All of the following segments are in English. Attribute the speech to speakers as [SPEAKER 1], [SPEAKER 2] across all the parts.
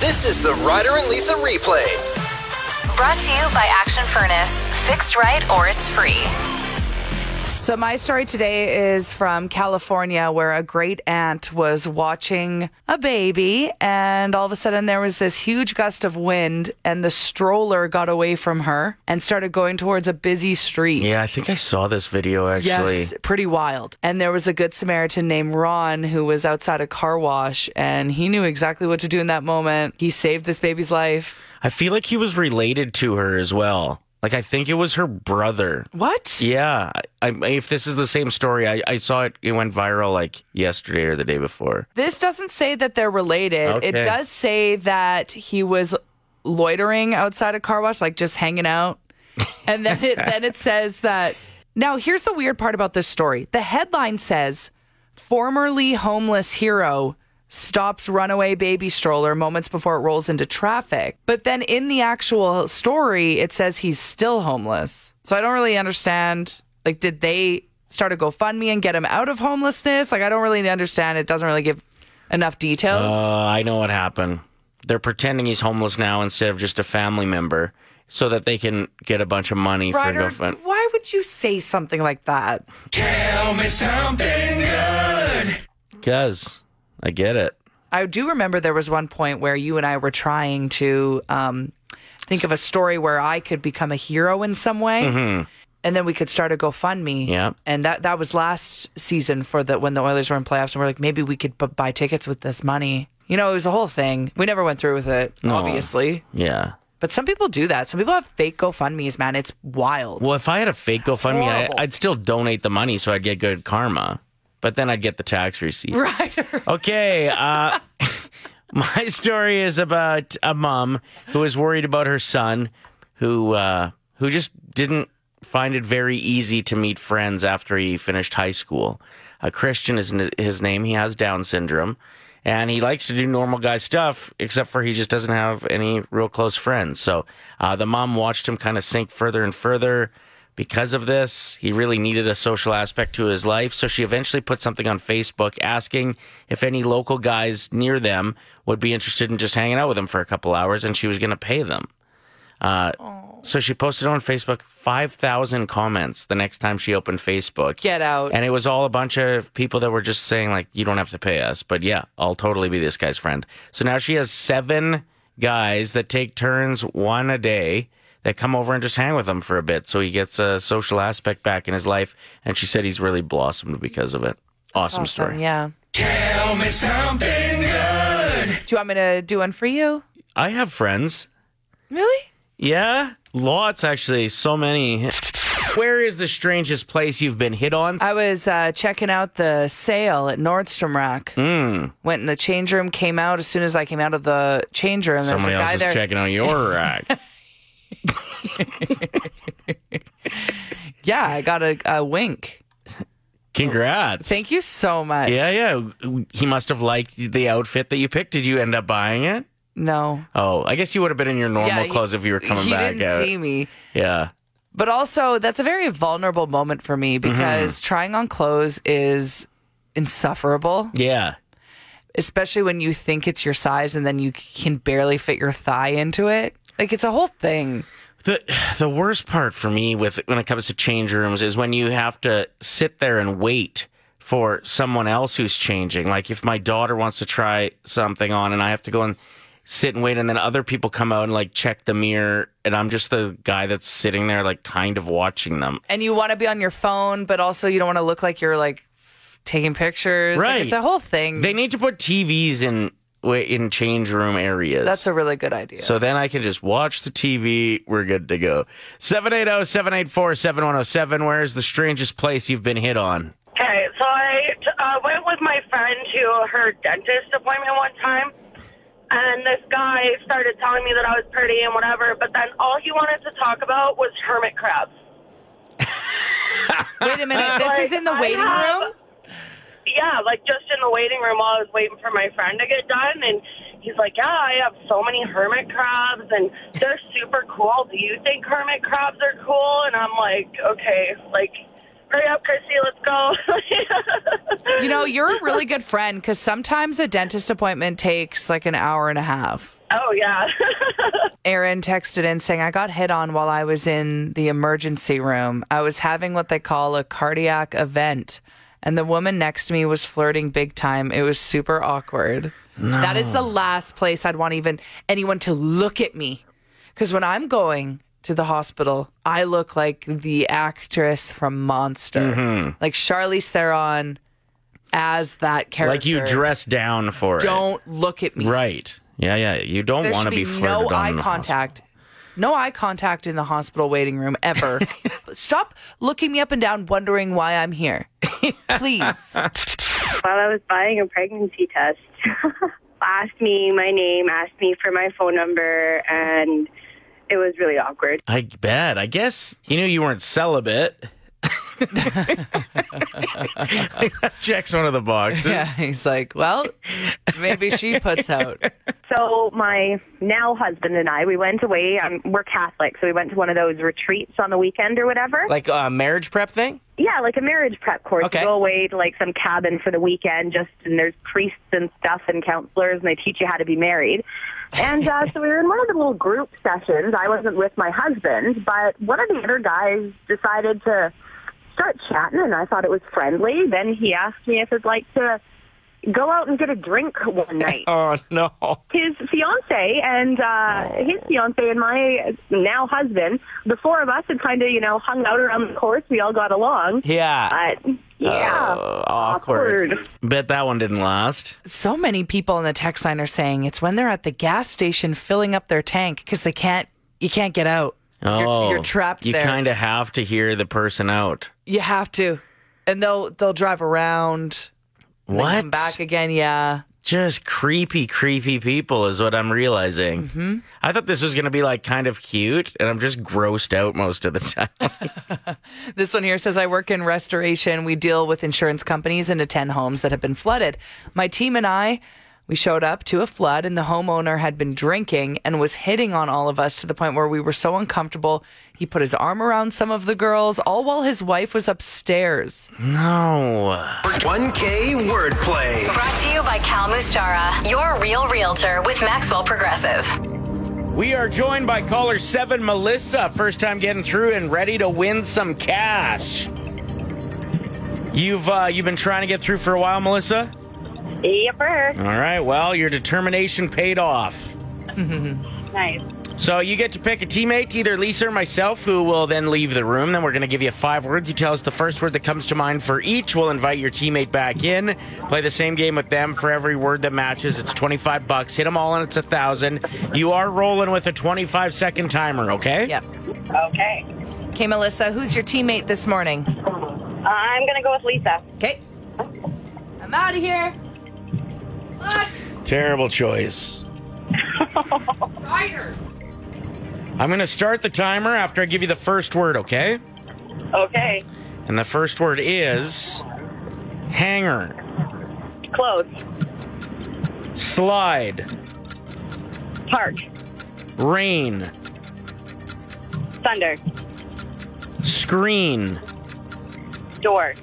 [SPEAKER 1] This is the Ryder and Lisa replay.
[SPEAKER 2] Brought to you by Action Furnace. Fixed right or it's free.
[SPEAKER 3] So, my story today is from California, where a great aunt was watching a baby, and all of a sudden there was this huge gust of wind, and the stroller got away from her and started going towards a busy street.
[SPEAKER 4] Yeah, I think I saw this video actually.
[SPEAKER 3] Yes, pretty wild. And there was a good Samaritan named Ron who was outside a car wash, and he knew exactly what to do in that moment. He saved this baby's life.
[SPEAKER 4] I feel like he was related to her as well. Like I think it was her brother.
[SPEAKER 3] What?
[SPEAKER 4] Yeah, I, I- if this is the same story, I, I saw it. It went viral like yesterday or the day before.
[SPEAKER 3] This doesn't say that they're related. It
[SPEAKER 4] Okay.
[SPEAKER 3] does say that he was loitering outside a car wash, like just hanging out. And then it then it says that now here's the weird part about this story. The headline says formerly homeless hero stops runaway baby stroller moments before it rolls into traffic. But then in the actual story it says he's still homeless. So I don't really understand like did they start a GoFundMe and get him out of homelessness? Like I don't really understand. It doesn't really give enough details.
[SPEAKER 4] Uh, I know what happened. They're pretending he's homeless now instead of just a family member, so that they can get a bunch of money
[SPEAKER 3] Ryder,
[SPEAKER 4] for GoFundMe.
[SPEAKER 3] why would you say something like that?
[SPEAKER 4] Because I get it.
[SPEAKER 3] I do remember there was one point where you and I were trying to um, think of a story where I could become a hero in some way, and then we could start a GoFundMe.
[SPEAKER 4] Yeah.
[SPEAKER 3] and that that was last season for the when the Oilers were in playoffs, and we're like, maybe we could b- buy tickets with this money. You know, it was a whole thing. We never went through with it, obviously.
[SPEAKER 4] Yeah.
[SPEAKER 3] But some people do that. Some people have fake GoFundMe's, man. It's wild.
[SPEAKER 4] Well, if I had a fake GoFundMe, I,
[SPEAKER 3] horrible.
[SPEAKER 4] I'd still donate the money so I'd get good karma, but then I'd get the tax receipt.
[SPEAKER 3] Ryder.
[SPEAKER 4] Okay. Uh, my story is about a mom who is worried about her son, who uh, who just didn't find it very easy to meet friends after he finished high school. Uh, Christian is n- his name. He has Down syndrome, and he likes to do normal guy stuff, except for he just doesn't have any real close friends. So uh, the mom watched him kind of sink further and further. Because of this, he really needed a social aspect to his life, so she eventually put something on Facebook asking if any local guys near them would be interested in just hanging out with him for a couple hours, and she was going to pay them. Uh, so she posted on Facebook 5,000 comments the next time she opened Facebook.
[SPEAKER 3] Get out.
[SPEAKER 4] And it was all a bunch of people that were just saying, like, you don't have to pay us, but yeah, I'll totally be this guy's friend. So now she has seven guys that take turns one a day that come over and just hang with him for a bit. So he gets a social aspect back in his life. And she said he's really blossomed because of it. Awesome, story.
[SPEAKER 3] Yeah. Tell me something good. Do you want me to do one for you?
[SPEAKER 4] I have friends.
[SPEAKER 3] Really?
[SPEAKER 4] Yeah, lots actually. So many. Where is the strangest place you've been hit on?
[SPEAKER 3] I was uh, checking out the sale at Nordstrom Rack.
[SPEAKER 4] Hmm,
[SPEAKER 3] Went in the change room, came out. As soon as I came out of the change room, there was a
[SPEAKER 4] Somebody
[SPEAKER 3] guy
[SPEAKER 4] else is
[SPEAKER 3] there.
[SPEAKER 4] checking out your rack.
[SPEAKER 3] Yeah, I got a, a wink.
[SPEAKER 4] Congrats.
[SPEAKER 3] Thank you so much.
[SPEAKER 4] Yeah, yeah. He must have liked the outfit that you picked. Did you end up buying it?
[SPEAKER 3] No.
[SPEAKER 4] Oh, I guess you would have been in your normal
[SPEAKER 3] Yeah, he-
[SPEAKER 4] clothes if you were coming
[SPEAKER 3] he
[SPEAKER 4] back
[SPEAKER 3] didn't
[SPEAKER 4] out.
[SPEAKER 3] see me.
[SPEAKER 4] Yeah.
[SPEAKER 3] But also, that's a very vulnerable moment for me
[SPEAKER 4] Mm-hmm.
[SPEAKER 3] because trying on clothes is insufferable.
[SPEAKER 4] Yeah.
[SPEAKER 3] especially when you think it's your size and then you can barely fit your thigh into it. Like it's a whole thing.
[SPEAKER 4] The the worst part for me with when it comes to change rooms is when you have to sit there and wait for someone else who's changing. Like if my daughter wants to try something on and I have to go and sit and wait and then other people come out and like check the mirror and I'm just the guy that's sitting there like kind of watching them.
[SPEAKER 3] And you want to be on your phone, but also you don't want to look like you're like taking pictures. Like,
[SPEAKER 4] Right.
[SPEAKER 3] it's a whole thing.
[SPEAKER 4] They need to put TVs in in change room areas.
[SPEAKER 3] That's a really good idea.
[SPEAKER 4] So then I can just watch the TV. We're good to go. oh, 780 784 7107. Where is the strangest place you've been hit on?
[SPEAKER 5] Okay, so I uh, went with my friend to her dentist appointment one time, and this guy started telling me that I was pretty and whatever, but then all he wanted to talk about was hermit crabs.
[SPEAKER 3] Wait a minute. This is in the
[SPEAKER 5] I
[SPEAKER 3] waiting
[SPEAKER 5] have-
[SPEAKER 3] room?
[SPEAKER 5] Yeah, like just in the waiting room while I was waiting for my friend to get done, and he's like, "Yeah, I have so many hermit crabs, and they're super cool. Do you think hermit crabs are cool?" And I'm like, "Okay, like." hurry up, Chrissy, let's go.
[SPEAKER 3] You know, you're a really good friend because sometimes a dentist appointment takes like an hour and a half.
[SPEAKER 5] oh, yeah.
[SPEAKER 3] Aaron texted in saying, I got hit on while I was in the emergency room. I was having what they call a cardiac event, and the woman next to me was flirting big time. It was super awkward. That is the last place I'd want even anyone to look at me. Because when I'm going to the hospital, I look like the actress from Monster,
[SPEAKER 4] Mm-hmm.
[SPEAKER 3] like Charlize Theron as that character.
[SPEAKER 4] Like you dress down for
[SPEAKER 3] Don't look at
[SPEAKER 4] it.
[SPEAKER 3] me.
[SPEAKER 4] Right. Yeah, yeah. You don't
[SPEAKER 3] There
[SPEAKER 4] want
[SPEAKER 3] should
[SPEAKER 4] to be,
[SPEAKER 3] be,
[SPEAKER 4] flirted
[SPEAKER 3] no
[SPEAKER 4] on
[SPEAKER 3] eye
[SPEAKER 4] in the
[SPEAKER 3] contact. No eye contact in the hospital waiting room ever. Stop looking me up and down, wondering why I'm here. Please.
[SPEAKER 5] While I was buying a pregnancy test, asked me my name, asked me for my phone number, and it was really awkward.
[SPEAKER 4] I bet. I guess he knew you weren't celibate. Checks one of the boxes.
[SPEAKER 3] yeah, he's like, well, maybe she puts out.
[SPEAKER 6] So my now husband and I, we went away. Um, we're Catholic, so we went to one of those retreats on the weekend or whatever.
[SPEAKER 4] Like a marriage prep thing?
[SPEAKER 6] yeah, like a marriage prep course.
[SPEAKER 4] Okay.
[SPEAKER 6] You go away to like some cabin for the weekend, just and there's priests and stuff and counselors, and they teach you how to be married. And uh, so we were in one of the little group sessions. I wasn't with my husband, but one of the other guys decided to start chatting, and I thought it was friendly. Then he asked me if I'd like to go out and get a drink one night
[SPEAKER 4] Oh, no.
[SPEAKER 6] his fiance and uh, his fiance and my now husband, the four of us had kind of you know hung out around the course. We all got along,
[SPEAKER 4] Yeah.
[SPEAKER 6] but Uh, yeah,
[SPEAKER 4] Oh, awkward. Bet that one didn't last.
[SPEAKER 3] So many people in the text line are saying it's when they're at the gas station filling up their tank because they can't, you can't get out.
[SPEAKER 4] Oh,
[SPEAKER 3] you're trapped
[SPEAKER 4] You
[SPEAKER 3] there.
[SPEAKER 4] kind of have to hear the person out.
[SPEAKER 3] You have to, and they'll they'll drive around, and then
[SPEAKER 4] What?
[SPEAKER 3] come back again. Yeah,
[SPEAKER 4] Just creepy, creepy people is what I'm realizing. Mm-hmm. I thought this was going to be like kind of cute, and I'm just grossed out most of the time.
[SPEAKER 3] This one here says, I work in restoration. We deal with insurance companies and attend homes that have been flooded. My team and I, we showed up to a flood, and the homeowner had been drinking and was hitting on all of us to the point where we were so uncomfortable. He put his arm around some of the girls, all while his wife was upstairs.
[SPEAKER 4] no.
[SPEAKER 1] 1K wordplay.
[SPEAKER 2] Brought to you by Cal Mustara, your real realtor with Maxwell Progressive.
[SPEAKER 4] We are joined by caller seven, Melissa. First time getting through and ready to win some cash. You've uh, you've been trying to get through for a while, Melissa.
[SPEAKER 5] Yepper.
[SPEAKER 4] All right. Well, your determination paid off.
[SPEAKER 5] Nice.
[SPEAKER 4] So you get to pick a teammate, either Lisa or myself, who will then leave the room. Then we're going to give you five words. You tell us the first word that comes to mind for each. We'll invite your teammate back in. Play the same game with them for every word that matches. It's 25 bucks. Hit them all and it's a 1000. You are rolling with a 25 second timer, okay?
[SPEAKER 3] Yep.
[SPEAKER 5] Okay.
[SPEAKER 3] Okay, Melissa, who's your teammate this morning?
[SPEAKER 5] I'm going to go with Lisa.
[SPEAKER 3] Okay. I'm out of here. Look,
[SPEAKER 4] Terrible choice.
[SPEAKER 3] spider.
[SPEAKER 4] I'm going to start the timer after I give you the first word, okay?
[SPEAKER 5] Okay.
[SPEAKER 4] And the first word is hanger,
[SPEAKER 5] Close.
[SPEAKER 4] slide,
[SPEAKER 5] Park.
[SPEAKER 4] rain,
[SPEAKER 5] Thunder.
[SPEAKER 4] screen,
[SPEAKER 5] Door.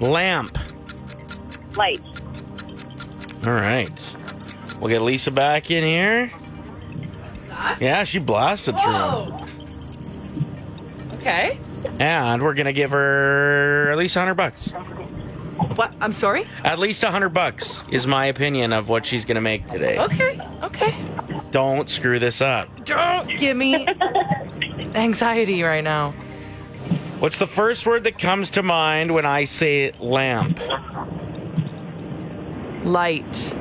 [SPEAKER 4] lamp.
[SPEAKER 5] Light.
[SPEAKER 4] All right. We'll get Lisa back in here. Yeah, she blasted through.
[SPEAKER 3] Whoa. Okay.
[SPEAKER 4] And we're going to give her at least 100 bucks.
[SPEAKER 3] What? I'm sorry?
[SPEAKER 4] At least 100 bucks is my opinion of what she's going to make today.
[SPEAKER 3] Okay. Okay.
[SPEAKER 4] Don't screw this up.
[SPEAKER 3] Don't give me anxiety right now.
[SPEAKER 4] What's the first word that comes to mind when I say lamp?
[SPEAKER 3] Light.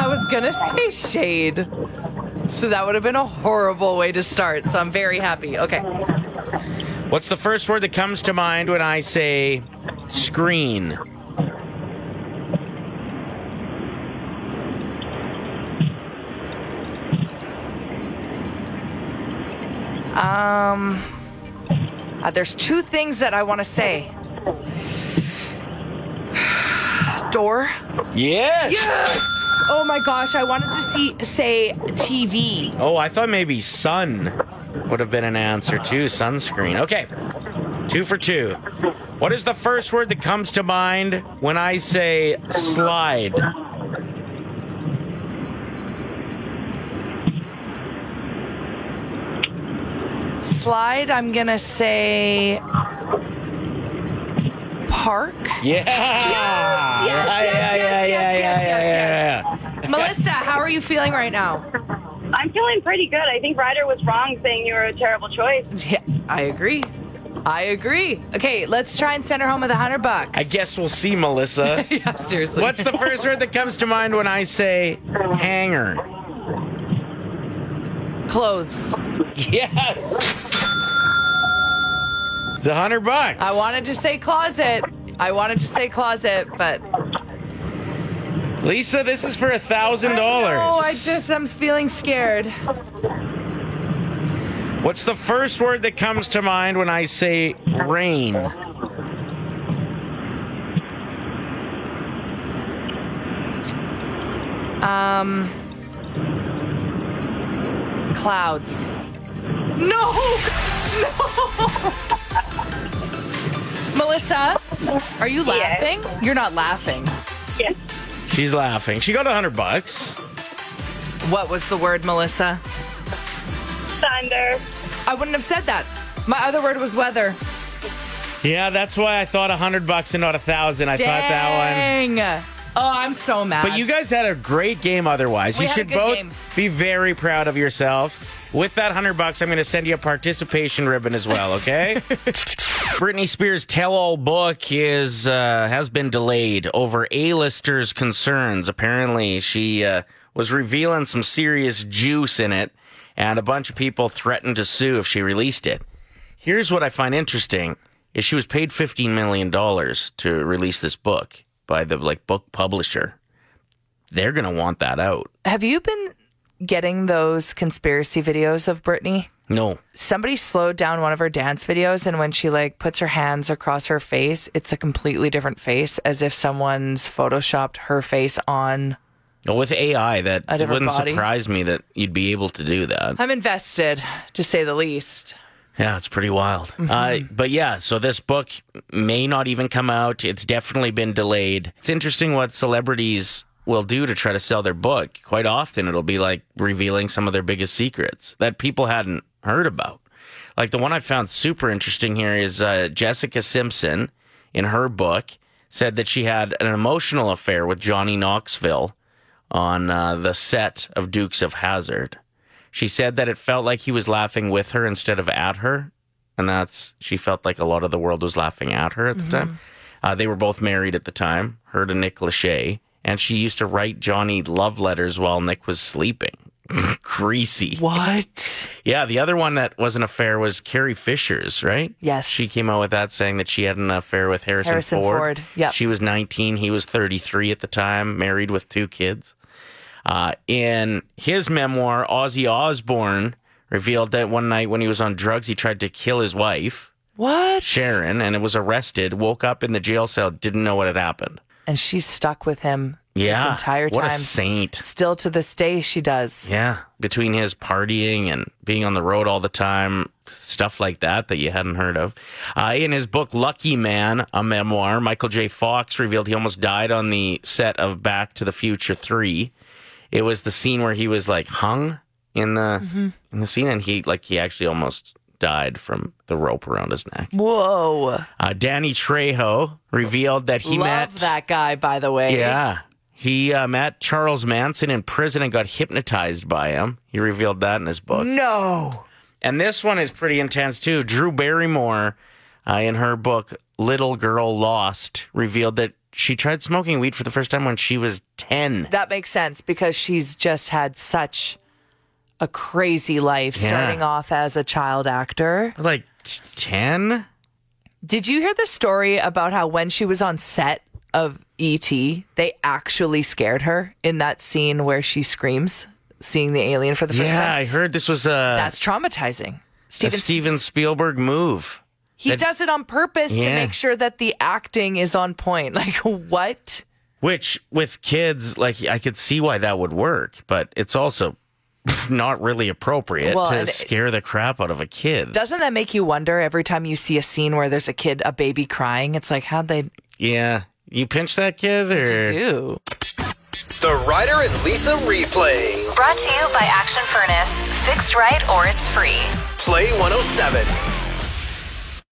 [SPEAKER 3] I was gonna say shade. So that would have been a horrible way to start. So I'm very happy. Okay.
[SPEAKER 4] What's the first word that comes to mind when I say screen?
[SPEAKER 3] Um uh, there's two things that I want to say. Door.
[SPEAKER 4] Yes.
[SPEAKER 3] Oh my gosh, I wanted to see say TV.
[SPEAKER 4] Oh, I thought maybe sun would have been an answer too. Sunscreen. Okay. Two for two. What is the first word that comes to mind when I say slide?
[SPEAKER 3] Slide, I'm going to say park.
[SPEAKER 4] Yeah.
[SPEAKER 3] yes,
[SPEAKER 4] Yeah, yeah, yeah,
[SPEAKER 3] yes,
[SPEAKER 4] yeah,
[SPEAKER 3] yes,
[SPEAKER 4] yeah,
[SPEAKER 3] yes,
[SPEAKER 4] yeah,
[SPEAKER 3] yes,
[SPEAKER 4] yeah, yeah.
[SPEAKER 3] Melissa, how are you feeling right now?
[SPEAKER 7] I'm feeling pretty good. I think Ryder was wrong saying you were a terrible choice.
[SPEAKER 3] Yeah, I agree. I agree. Okay, let's try and send her home with a hundred bucks.
[SPEAKER 4] I guess we'll see, Melissa.
[SPEAKER 3] yeah, seriously.
[SPEAKER 4] What's the first word that comes to mind when I say hanger?
[SPEAKER 3] clothes?
[SPEAKER 4] Yes. It's a hundred bucks.
[SPEAKER 3] I wanted to say closet. I wanted to say closet, but
[SPEAKER 4] Lisa, this is for a thousand dollars.
[SPEAKER 3] oh, I just I'm feeling scared.
[SPEAKER 4] What's the first word that comes to mind when I say rain?
[SPEAKER 3] Um, clouds. No, no. Melissa, are you laughing? You're not laughing.
[SPEAKER 7] Yes.
[SPEAKER 4] She's laughing. She got a hundred bucks.
[SPEAKER 3] What was the word, Melissa?
[SPEAKER 7] Thunder.
[SPEAKER 3] I wouldn't have said that. My other word was weather.
[SPEAKER 4] Yeah, that's why I thought a hundred bucks and not a thousand. I thought that one.
[SPEAKER 3] Dang. Oh, I'm so mad.
[SPEAKER 4] But you guys had a great game otherwise.
[SPEAKER 3] We
[SPEAKER 4] you
[SPEAKER 3] had a
[SPEAKER 4] should
[SPEAKER 3] good
[SPEAKER 4] both
[SPEAKER 3] game.
[SPEAKER 4] be very proud of yourself. With that 100 bucks, I'm going to send you a participation ribbon as well, okay? Britney Spears' tell-all book is uh, has been delayed over A-listers' concerns. Apparently, she uh, was revealing some serious juice in it, and a bunch of people threatened to sue if she released it. Here's what I find interesting: is she was paid 15 million dollars to release this book by the like book publisher they're going to want that out.
[SPEAKER 3] have you been getting those conspiracy videos of Britney?
[SPEAKER 4] No.
[SPEAKER 3] Somebody slowed down one of her dance videos, and when she like puts her hands across her face, it's a completely different face, as if someone's photoshopped her face on.
[SPEAKER 4] Well, with AI, that
[SPEAKER 3] A
[SPEAKER 4] it
[SPEAKER 3] different
[SPEAKER 4] wouldn't
[SPEAKER 3] body.
[SPEAKER 4] surprise me that you'd be able to do that.
[SPEAKER 3] I'm invested, to say the least.
[SPEAKER 4] Yeah, it's pretty wild. Uh, but yeah, so this book may not even come out. It's definitely been delayed. It's interesting what celebrities will do to try to sell their book. Quite often, it'll be like revealing some of their biggest secrets that people hadn't heard about. Like the one I found super interesting here is uh, Jessica Simpson in her book said that she had an emotional affair with Johnny Knoxville on uh, the set of Dukes of Hazard. She said that it felt like he was laughing with her instead of at her, and that's she felt like a lot of the world was laughing at her at the time. Uh, they were both married at the time, her to Nick Lachey, and she used to write Johnny love letters while Nick was sleeping. Greasy.
[SPEAKER 3] What?
[SPEAKER 4] Yeah, the other one that was an affair was Carrie Fisher's, right?
[SPEAKER 3] Yes.
[SPEAKER 4] She came out with that saying that she had an affair with Harrison,
[SPEAKER 3] Harrison
[SPEAKER 4] Ford.
[SPEAKER 3] Ford, yep.
[SPEAKER 4] She was 19, he was 33 at the time, married with two kids. Uh, in his memoir, Ozzy Osbourne revealed that one night when he was on drugs, he tried to kill his wife,
[SPEAKER 3] What?
[SPEAKER 4] Sharon, and was arrested, woke up in the jail cell, didn't know what had happened.
[SPEAKER 3] And she's stuck with him
[SPEAKER 4] Yeah.
[SPEAKER 3] this entire time.
[SPEAKER 4] What a saint.
[SPEAKER 3] Still to this day, she does.
[SPEAKER 4] Yeah, between his partying and being on the road all the time, stuff like that that you hadn't heard of. Uh, in his book Lucky Man, a memoir, Michael J. Fox revealed he almost died on the set of Back to the Future Three. It was the scene where he was like hung in the
[SPEAKER 3] Mm-hmm.
[SPEAKER 4] in the scene, and he like he actually almost died from the rope around his neck.
[SPEAKER 3] Whoa.
[SPEAKER 4] Uh, Danny Trejo revealed that he
[SPEAKER 3] Love
[SPEAKER 4] met
[SPEAKER 3] that guy, by the way.
[SPEAKER 4] yeah. He uh, met Charles Manson in prison and got hypnotized by him. He revealed that in his book.
[SPEAKER 3] No.
[SPEAKER 4] And this one is pretty intense too. Drew Barrymore, uh, in her book Little Girl Lost, revealed that she tried smoking weed for the first time when she was 10.
[SPEAKER 3] That makes sense because she's just had such a crazy life
[SPEAKER 4] Yeah.
[SPEAKER 3] starting off as a child actor.
[SPEAKER 4] Like 10?
[SPEAKER 3] Did you hear the story about how when she was on set of ET, they actually scared her in that scene where she screams seeing the alien for the first
[SPEAKER 4] Yeah,
[SPEAKER 3] time?
[SPEAKER 4] I heard this was a,
[SPEAKER 3] That's traumatizing.
[SPEAKER 4] a
[SPEAKER 3] Steven,
[SPEAKER 4] Steven Spielberg move.
[SPEAKER 3] he
[SPEAKER 4] that-
[SPEAKER 3] does it on purpose to
[SPEAKER 4] Yeah.
[SPEAKER 3] make sure that the acting is on point. Like what?
[SPEAKER 4] Which, with kids, like I could see why that would work, but it's also not really appropriate
[SPEAKER 3] Well,
[SPEAKER 4] to
[SPEAKER 3] and-
[SPEAKER 4] scare the crap out of a kid.
[SPEAKER 3] Doesn't that make you wonder every time you see a scene where there's a kid, a baby crying? It's like, how'd they
[SPEAKER 4] yeah. You pinch that kid or
[SPEAKER 3] do?
[SPEAKER 1] The Ryder and Lisa replay. oh
[SPEAKER 2] Brought to you by Action Furnace. Fixed right or it's free.
[SPEAKER 1] Play 107.